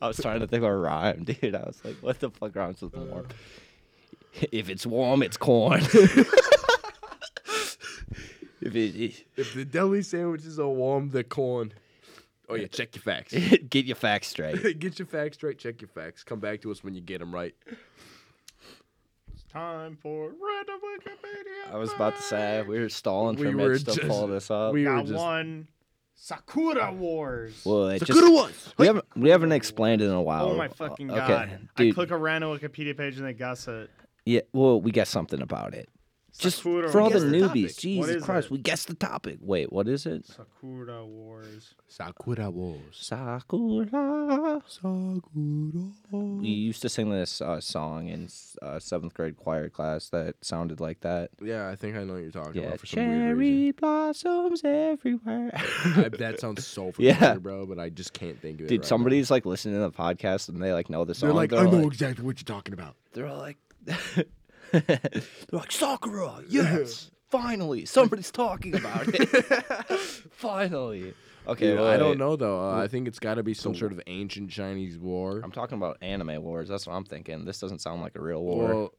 C: I was trying to think of a rhyme, dude. I was like, what the fuck rhymes with warm? If it's warm, it's corn. if it,
D: If the deli sandwiches are warm, they're corn. Oh yeah, check your facts.
C: it- get your facts straight.
D: Get your facts straight. Check your facts. Come back to us when you get them right.
E: It's time for random Wikipedia.
C: I was about to say we were stalling for
D: We were
C: Mitch to
D: just-
C: pull this up.
D: We were
E: Got
D: just.
E: one.
C: Oh.
E: Sakura Wars.
C: well, it
D: It's a
C: just,
D: good one.
C: we haven't we haven't explained it in a while.
E: Oh my fucking
C: Okay,
E: god! I
C: dude.
E: click a random Wikipedia page and they guess it.
C: Yeah, well, we got something about it. Just
E: Sakura
C: for all the
E: Wars.
C: newbies,
D: topic. What
C: Jesus
E: is
C: Christ,
E: it?
C: we guessed the topic. Wait, what is it?
E: Sakura Wars.
D: Sakura was.
C: Sakura.
D: Sakura.
C: we used to sing this uh, song in uh, seventh grade choir class that sounded like that.
D: Yeah, I think I know what you're talking
C: Yeah,
D: about uh, for some weird reason.
C: cherry blossoms everywhere.
D: I, that sounds so familiar,
C: Yeah.
D: bro, but I just can't think of it.
C: Dude,
D: right now.
C: somebody's like listening to the podcast and they like know the song.
D: They're like,
C: they're
D: I
C: all
D: know
C: like,
D: exactly what you're talking about.
C: they're all like, they're like Sakura. Yes, finally, somebody's talking about it. finally. Okay,
D: Dude, I
C: wait.
D: don't know though. Uh, I think it's got to be some sort of ancient Chinese war.
C: I'm talking about anime wars. That's what I'm thinking. This doesn't sound like a real war.
D: Well,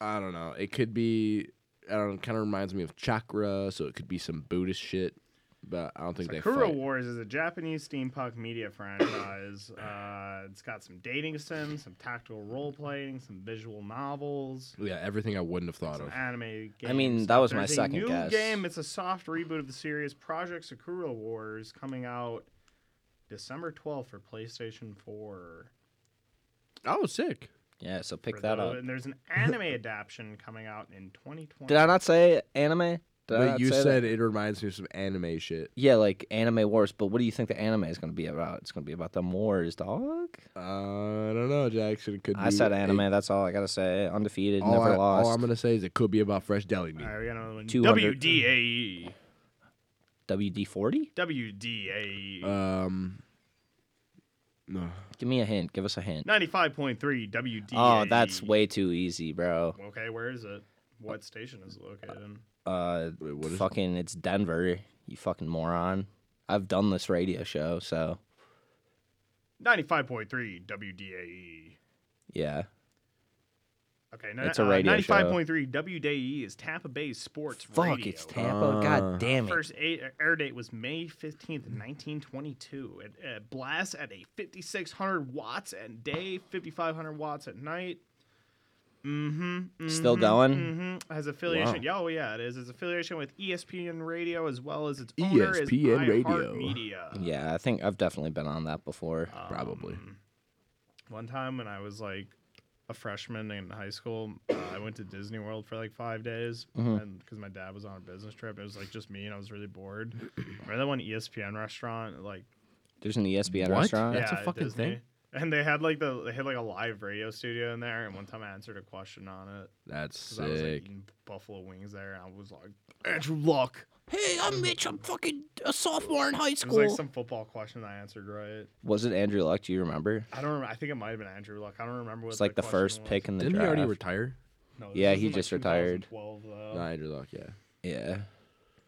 D: I don't know. It could be. I don't. know. Kind of reminds me of chakra, so it could be some Buddhist shit. But I don't think
E: Sakura
D: they fight.
E: Wars is a Japanese steampunk media franchise. uh, it's got some dating sims, some tactical role playing, some visual novels,
D: Yeah, everything I wouldn't have thought
E: some
D: of.
E: anime games.
C: mean, that was my
E: There's a
C: second
E: new
C: guess.
E: game. It's a soft reboot of the series Project Sakura Wars coming out December 12th for PlayStation 4.
D: I was sick.
C: yeah, so pick
E: For
C: that
E: tho-
C: up.
E: And there's an anime adaptation coming out in 2020.
C: Did I not say anime? Did I
D: But
C: not
D: you
C: say that?
D: said it reminds me of some anime shit.
C: Yeah, like anime wars, but what do you think the anime is going to be about? It's going to be about the wars, dog.
D: Uh, I don't know, Jackson. It could. be
C: I said
D: it-
C: anime. that's all I gotta say. Undefeated,
D: all
C: never
D: I,
C: lost.
D: All I'm gonna say is it could be about fresh deli meat.
E: All right, we got another one.
C: 200.
E: WDAE.
C: WD forty.
E: WDAE.
D: Um. No.
C: Give me a hint. Give us a hint.
E: 95.3 WDAE.
C: Oh, that's way too easy, bro.
E: E. Okay, where is it? What station is it located in?
C: Uh,
D: Wait, what is?
C: fucking, it's Denver. You fucking moron. I've done this radio show, so
E: 95.3 WDAE.
C: yeah.
E: E. Okay, uh,
C: It's a radio show.
E: 95.3 WDAE E is Tampa Bay Sports
C: Fuck,
E: Radio.
C: it's Tampa. God damn it.
E: First a- air date was May 15th, 1922. It, it blasts at a 5,600 watts at day, 5,500 watts at night. Mm-hmm.
C: Still going?
E: Mm-hmm. Has affiliation.
C: Wow.
E: Yeah, oh, yeah, it is. It's affiliation with E ESPN Radio as well as its
C: E
E: owner is
D: ESPN Radio.
E: Media.
C: Yeah, I think I've definitely been on that before.
D: Uh, Probably.
E: Um, One time when I was like a freshman in high school, uh, I went to Disney World for like five days,
D: Mm-hmm.
E: and because my dad was on a business trip, it was like just me, and I was really bored. Remember that one E ESPN restaurant, like
C: There's an E ESPN
D: What?
C: restaurant.
D: That's a
E: yeah, at
D: fucking
E: Disney?
D: thing?
E: And they had like the they had like a live radio studio in there, and one time I answered a question on it
D: That's
E: 'cause I was like
D: sick.
E: eating buffalo wings there, and I was like Andrew Luck.
C: Hey, I'm Mitch. I'm fucking a sophomore in high
E: It was like some football question I answered right.
C: Was it Andrew Luck? Do you remember?
E: I don't. Remember, I think it might have been Andrew Luck. I don't remember what.
C: It's like the
E: question
C: first
E: was.
C: pick in the
D: Didn't he
C: draft.
D: already retire?
E: No, this
C: Yeah,
E: was
C: he
E: in, like,
C: just retired.
E: 2012, though.
D: Not Andrew Luck, yeah.
C: yeah.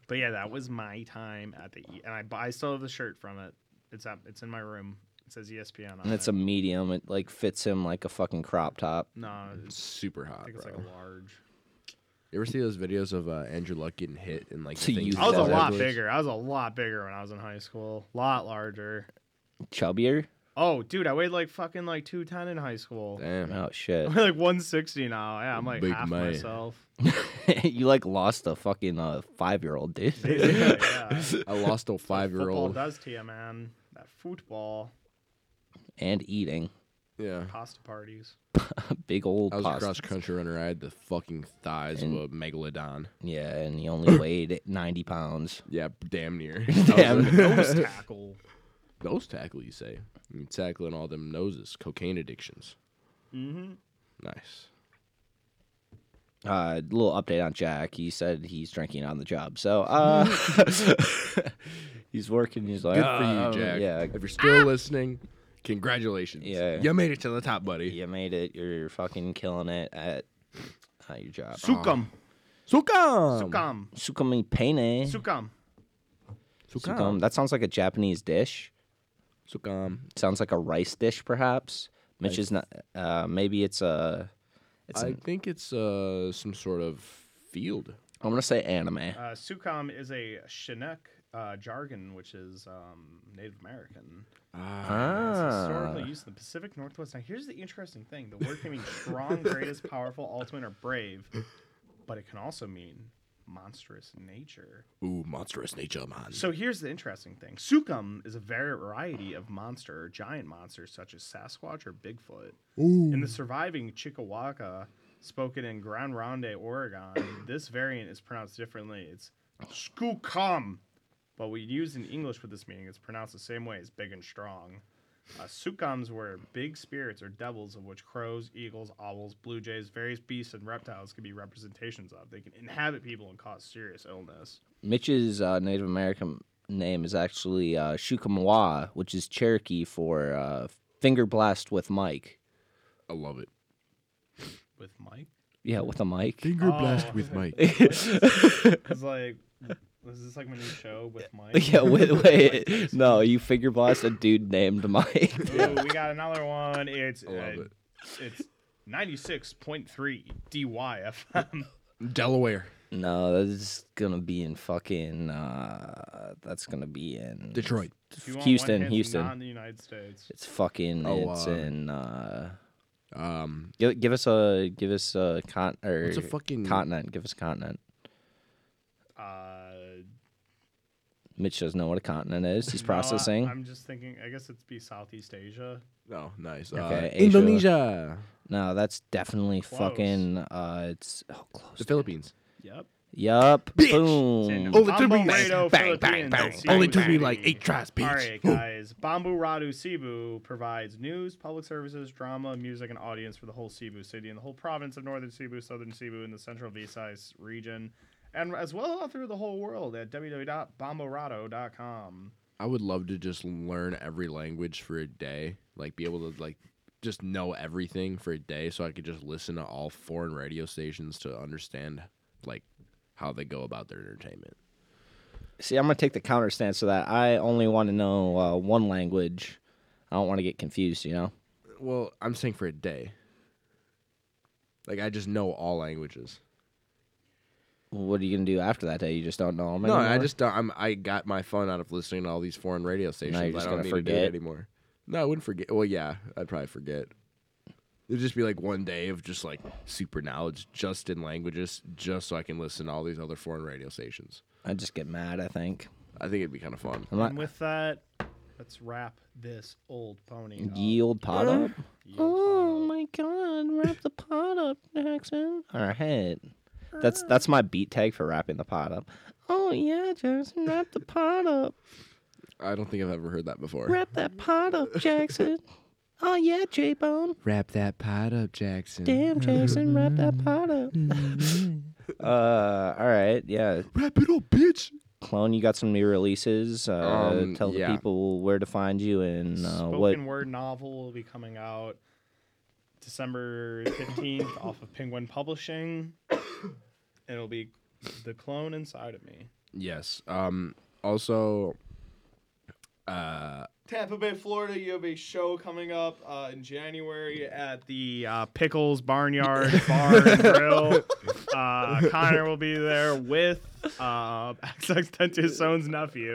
E: But yeah, that was my time at the E- and I bu- I still have the shirt from it. It's up. It's in my room. It says E ESPN on
C: And it's
E: it.
C: a medium. It like fits him like a fucking crop top.
E: no.
D: It's
E: It's,
D: super hot,
E: I think
D: bro.
E: it's like a large.
D: you ever see those videos of uh, Andrew Luck getting hit and like
C: To
D: the things
C: you.
D: he
E: I was a
D: does
C: Yeah,
E: lot
D: afterwards?
E: bigger. I was a lot bigger when I was in high school. Lot larger.
C: Chubbier?
E: Oh, dude, I weighed like fucking like two ten in high school.
D: Damn.
C: Oh shit.
E: I'm like one sixty now. Yeah, I'm like
D: Big
E: half
D: man.
E: myself.
C: you like lost a fucking uh, five year old dude.
E: Basically, yeah.
D: I lost a five year
E: Football
D: old.
E: does to you, man. That football
C: and eating
D: Yeah.
E: pasta parties.
C: a big old
D: I was a
C: pasta.
D: cross country runner. I had the fucking thighs of a megalodon.
C: Yeah, and he only weighed ninety pounds.
D: Yeah, damn near.
C: Damn.
E: Nose tackle.
D: Nose tackle, you say? You tackling all them noses, cocaine addictions.
E: Mm-hmm.
D: Nice.
C: Uh, little update on Jack. He said he's drinking on the job, so uh, he's working. He's like,
D: Good
C: "Uh,
D: for
C: uh,
D: you, Jack.
C: Yeah,
D: If you're still listening, congratulations.
C: Yeah.
D: You made it to the top, buddy.
C: you made it. You're fucking killing it at uh, your job.
E: Sukam.
D: Sukam.
E: Sukam.
C: Sukumi pene.
E: Sukam.
C: Sukam. That sounds like a Japanese dish.
D: Sukam.
C: Sounds like a rice dish, perhaps. Which is not. Uh, maybe it's a. It's.
D: I
C: an-
D: think it's uh, some sort of field.
C: I'm gonna say anime.
E: Uh, Sukam is a Chinook uh, jargon, which is um, Native American. It's historically
C: Ah.
E: used in the Pacific Northwest. Now, here's the interesting thing: the word can mean strong, greatest, powerful, ultimate, or brave, but it can also mean monstrous in nature.
D: Ooh, monstrous nature, man.
E: So here's the interesting thing: Sukum is a variety of monster or giant monsters such as Sasquatch or Bigfoot. In
C: Mm.
E: the surviving Chickawaga, spoken in Grand Ronde, Oregon, this variant is pronounced differently. It's Skookum, but we use in English with this meaning. It's pronounced the same way as big and strong. Uh, Sukums were big spirits or devils, of which crows, eagles, owls, blue jays, various beasts, and reptiles can be representations of. They can inhabit people and cause serious illness.
C: Mitch's uh, Native American name is actually uh, Shukamwa, which is Cherokee for uh, finger blast with mic.
D: I love it.
E: With Mike?
C: Yeah, with a mic.
D: Finger
E: Oh. blast with
D: Mike.
E: It's like, is this like my new show with Mike?
C: yeah, wait, wait. no, you finger blast a dude named Mike.
E: Ooh, we got another one. It's
D: I love
E: uh,
D: it.
E: it's ninety six point three DYFM.
D: Delaware,
C: no, that's gonna be in fucking. Uh, that's gonna be in
D: Detroit.
E: If you want one
C: Houston,
E: hit,
C: Houston.
E: Not in the United States.
C: It's fucking.
D: Oh,
C: it's
D: uh,
C: in. Uh,
D: Um,
C: give, give us a. Give us a con. Or
D: What's a fucking-
C: continent? Give us a continent.
E: Uh,
C: Mitch doesn't know what a continent is. He's
E: no, I-
C: processing.
E: I'm just thinking. I guess it'd be Southeast Asia.
D: oh, nice.
C: Okay,
D: Okay,
C: Asia.
D: Indonesia,
C: No, that's definitely
E: Close.
C: fucking. Uh, it's oh, close.
D: the Philippines.
E: Yep.
C: Yup.
D: Bitch.
C: Boom.
D: Only took me- bang,
E: Bombarado,
D: bang,
E: Philippines,
D: bang.
E: Cebu
D: Only took me
E: City.
D: like eight tries, bitch.
E: All right, guys. Bambu Radu Cebu provides news, public services, drama, music, and audience for the whole Cebu city and the whole province of northern Cebu, southern Cebu, and the central Visayas region, and as well through the whole world at www.bamburado.com.
D: I would love to just learn every language for a day, like be able to like just know everything for a day, so I could just listen to all foreign radio stations to understand like how they go about their entertainment.
C: See, I'm gonna take the counter stance to that. I only want to know uh, one language. I don't want to get confused. You know.
D: Well, I'm saying for a day. Like I just know all languages.
C: What are you gonna do after that day? You just don't know them
D: No,
C: anymore?
D: I just don't, I'm I got my fun out of listening to all these foreign radio stations.
C: just
D: I
C: gonna
D: don't need to do
C: forget?
D: it anymore. No, I wouldn't forget. Well, yeah, I'd probably forget. It'd just be like one day of just like super knowledge, just in languages, just so I can listen to all these other foreign radio stations.
C: I just get mad. I think.
D: I think it'd be kind of fun.
C: I'm not.
E: And with that, let's wrap this old pony. up.
C: Yield
D: Uh,
C: pot up.
E: Yield
C: Oh my god! Wrap the pot up, Jackson. All right. That's
D: Uh.
C: that's my beat tag for wrapping the pot up. Oh yeah, Jackson, wrap the pot up.
D: I don't think I've ever heard that before.
C: Wrap that pot up, Jackson. Oh yeah, J Bone.
D: Wrap that pot up, Jackson.
C: Damn, Jackson, wrap that pot up. uh, all right, yeah.
D: Wrap it up, bitch.
C: Clone, you got some new releases. Uh,
D: Um,
C: tell the
D: yeah.
C: people where to find you and uh,
E: spoken
C: what.
E: word novel will be coming out December 15th off of Penguin Publishing. It'll be The Clone Inside of Me.
D: Yes. Um. Also,
E: Tampa Bay, Florida, you have a show coming up uh, in January at the uh, Pickles Barnyard Bar and Grill. Uh, Connor will be there with uh, XX Tentusone's nephew,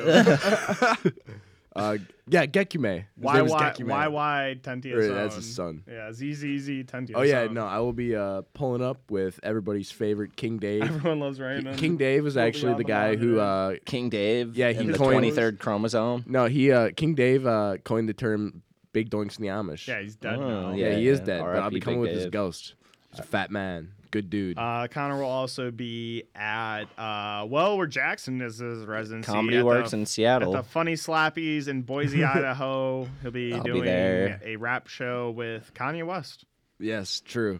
D: uh, yeah, Gekume. His name is
E: YY
D: Gekume.
E: YY
D: Or
E: Tentuson.
D: that's his son.
E: Yeah, ZZZ Tentuson.
D: Oh yeah, no, I will be uh, pulling up with everybody's favorite King Dave.
E: Everyone loves Raymond.
D: King Dave is
E: We'll be
D: actually
E: on
D: the
E: the
D: guy who uh,
C: King Dave.
D: Yeah, he
C: and the
D: coined-
C: twenty third chromosome.
D: no he uh, King Dave uh, coined the term "big doinks in the Amish."
E: Yeah, he's dead
C: Oh,
E: now.
D: yeah, he
C: yeah,
D: is
C: yeah.
D: dead. But I'll
C: R.I.P.
D: be coming
C: Big
D: with his
C: Dave.
D: ghost. He's a fat man, good dude.
E: Uh, Connor will also be at uh, well, where Jackson is his residency.
C: Comedy
E: at the-
C: Works in Seattle.
E: At the Funny Slappies in Boise, Idaho. He'll be
C: I'll be
E: doing
C: there.
E: a rap show with Kanye West.
D: yes, true.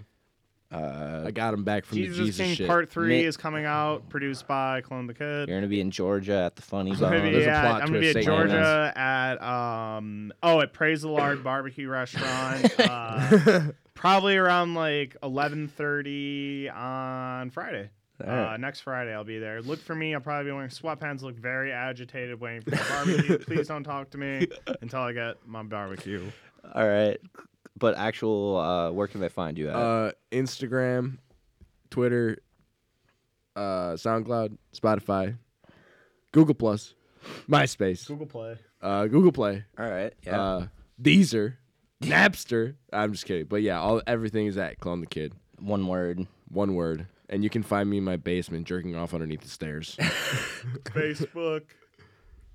D: Uh, I got him back from
E: Jesus,
D: the Jesus
E: King
D: shit.
E: Part 3
C: Ma-
E: is coming out, produced by Clone the Kid.
C: You're gonna be in Georgia at the Funny
E: I'm gonna
C: Bone.
E: be
D: Oh, there's a
E: at-
D: plot
E: I'm gonna be
D: twist,
E: at
D: Satan
E: Georgia at um oh at Praise the Lord Barbecue Restaurant. uh, probably around like 11:30 on Friday. Uh,
C: Alright.
E: next Friday I'll be there. Look for me. I'll probably be wearing sweatpants. Look very agitated, waiting for the barbecue. Please don't talk to me until I get my barbecue.
C: All right, but actual, uh, where can they find you at?
D: uh, Instagram, Twitter, uh, SoundCloud, Spotify, Google Plus, MySpace,
E: Google Play.
D: uh, Google Play,
C: All right, yeah.
D: uh, Deezer, Napster. I'm just kidding, but yeah, all everything is at Clone the Kid,
C: One word.
D: one word, and you can find me in my basement jerking off underneath the stairs.
E: Facebook.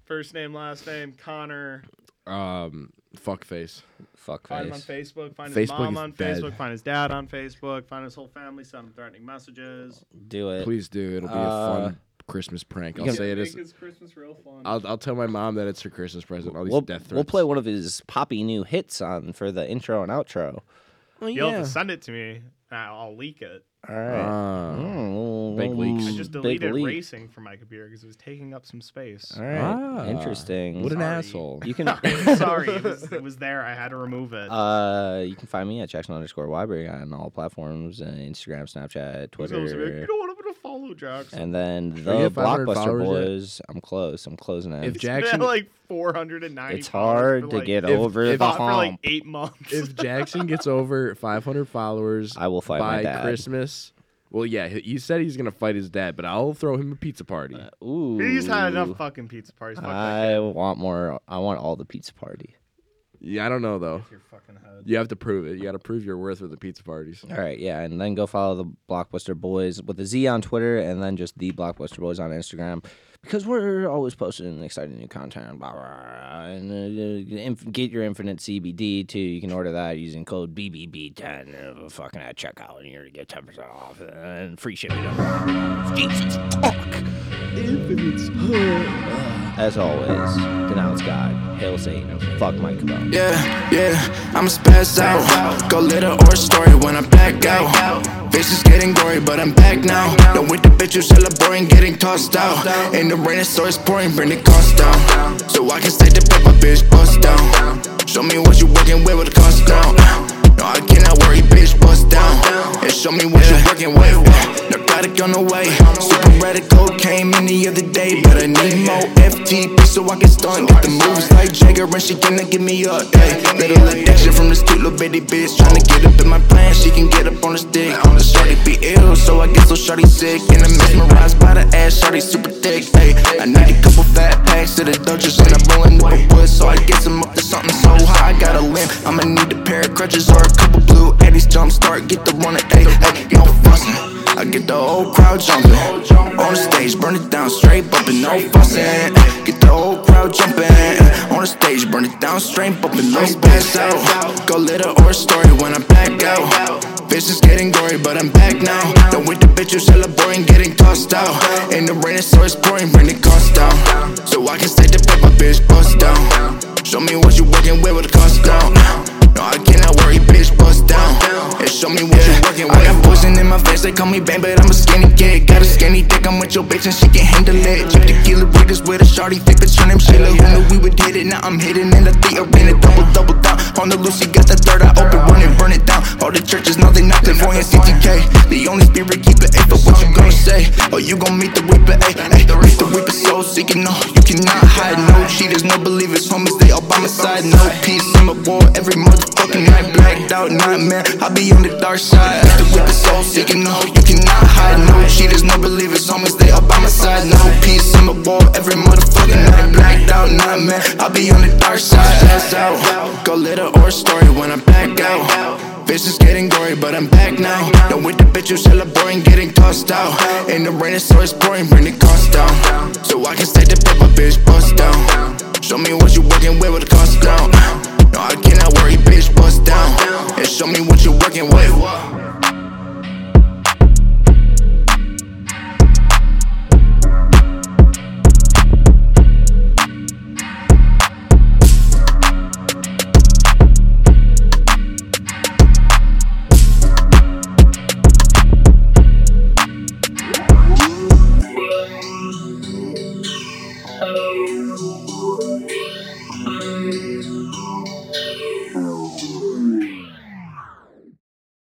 E: First name, last name, Connor.
D: um, fuck face.
C: Fuck
E: Find him on
C: face.
E: Facebook. Find his
D: Facebook
E: mom
D: is
E: on
D: dead.
E: Facebook. Find his dad on Facebook. Find his whole family. Send him threatening messages.
C: Do it.
D: Please do. It'll be
C: Uh,
D: a fun Christmas prank. I'll
C: can-
D: say it
E: Make
D: is.
E: his Christmas real fun.
D: I'll, I'll tell my mom that it's her Christmas present. All these
C: We'll,
D: death threats.
C: we'll play one of his poppy new hits on for the intro and outro.
E: You'll have to send it to me. and I'll I'll leak it.
C: Oh, All right.
D: Ah.
C: Mm,
D: Big leaks.
E: I
D: Mm,
E: just
C: big
E: deleted
C: leak.
E: racing from my computer because it was taking up some space.
C: All right.
D: Ah.
C: Interesting.
D: What an
E: Sorry.
D: asshole.
C: you can
E: I'm sorry, it was, it was there. I had to remove it.
C: uh you can find me at Jackson underscore Wyberg on all platforms uh, Instagram, Snapchat,
E: He's always like, you
C: Twitter.
E: don't want him to follow Jackson.
C: And then
D: you
C: the
D: at 500
C: Blockbuster
D: followers yet?
C: Boys. I'm close. I'm closing in.
D: If
E: He's
D: Jackson,
E: been at like 490.
C: it's hard to
E: followers for, like,
C: get
D: if-
C: over
D: if-
C: the
E: fought
C: hump.
E: for like eight months.
D: if Jackson gets over 500 followers,
C: I will fight my
D: by
C: dad.
D: Christmas. Well, yeah, he he said he's gonna fight his dad, but I'll throw him a pizza party.
C: Uh, Ooh.
E: He's had enough fucking pizza parties. Fuck that
C: I want more. I want all the pizza party.
D: yeah, I don't know though.
E: your fucking head.
D: You have to prove it. You got to prove your worth with the pizza parties.
C: All right, yeah, and then go follow the Blockbuster Boys with a Z on Twitter, and then just the Blockbuster Boys on Instagram, because we're always posting exciting new content. Blah, blah, blah, and uh, uh, inf- get your Infinite CBD too. You can order that using code BBB10 uh, fucking at checkout, and you're gonna get ten percent off and free shipping. Jesus fuck. As always, denounce God, hail Satan, fuck Mike Cabell.
B: Yeah, yeah, I'm a spaz out. Go lit a or story when I'm back out. Bitch is getting gory, but I'm back now. Done with the bitches celebrating, getting tossed out. In the rain, it's always pouring, bring the cost down. So I can stay the pop, my bitch bust down. Show me what you working with with the cost down. No, I cannot worry, bitch bust down. And show me what you working with. Narcotic on the way. Super radical came in the other day, but I need more FTP so I can stunt. If the moves like Jagger and she gonna give me up. Ay, little addiction from this cute little bitty bitch. Tryna get up in my plan, she can get up on the stick. On the shorty be ill, so I get so shorty sick. And I'm mesmerized by the ass, shorty super thick. Ay, I need a couple fat packs to the Dutchess, and I'm rolling with the wood, so I get some up to something so high. I got a limp, I'ma need a pair of crutches or a couple blue Eddies. Jump start, get the running, ay, ay, no fussing. I get the whole crowd jumping. On the stage, burn it down straight, bumping, no fussing. Get the whole crowd jumping. On the stage, burn it down straight, bumping, no pass out. Go little or story when I'm back out. Bitch is getting gory, but I'm back now. Done with the bitch you celebrating, getting tossed out. In the rain, it's always pouring, bring the cost down. So I can stay the pop, my bitch bust down. Show me what you working with with the cost down. No, I cannot worry, bitch bust down. And show me what you working with. I got poison in my face, they call me bang, but I'm a skinny kid. Got a skinny dick, I'm with your bitch and she can handle it. Chip tequila readers with a shawty thick bitch, her name Sheila. Who knew we would hit it? Now I'm hitting in the theater, in it double, double down. On the loose, she got the third eye open, run it, burn it down. All the churches know they not devoid CTK. The only spirit keeper, ayy, but what you gonna say? Oh, you gon' meet the reaper, ayy, ayy, meet the reaper, low, seeking no, you cannot hide. No cheaters, no believers, homies, they all by my side. No peace, I'm at war every motherfucking night. Blacked out nightmare, I be on the dark side. After with the soul, seeking no, you cannot hide. No cheaters, no believers, homies, they all by my side. No peace, I'm at war every motherfucking night. Blacked out nightmare, I be on the dark side. Pass out, go litter or story when I back out. Bitch is getting gory, but I'm back now. Now with the bitch you celebrating, getting tossed out. In the rain, it's so it's pouring, bring the cost down. So I can stay the paper, bitch, bust down.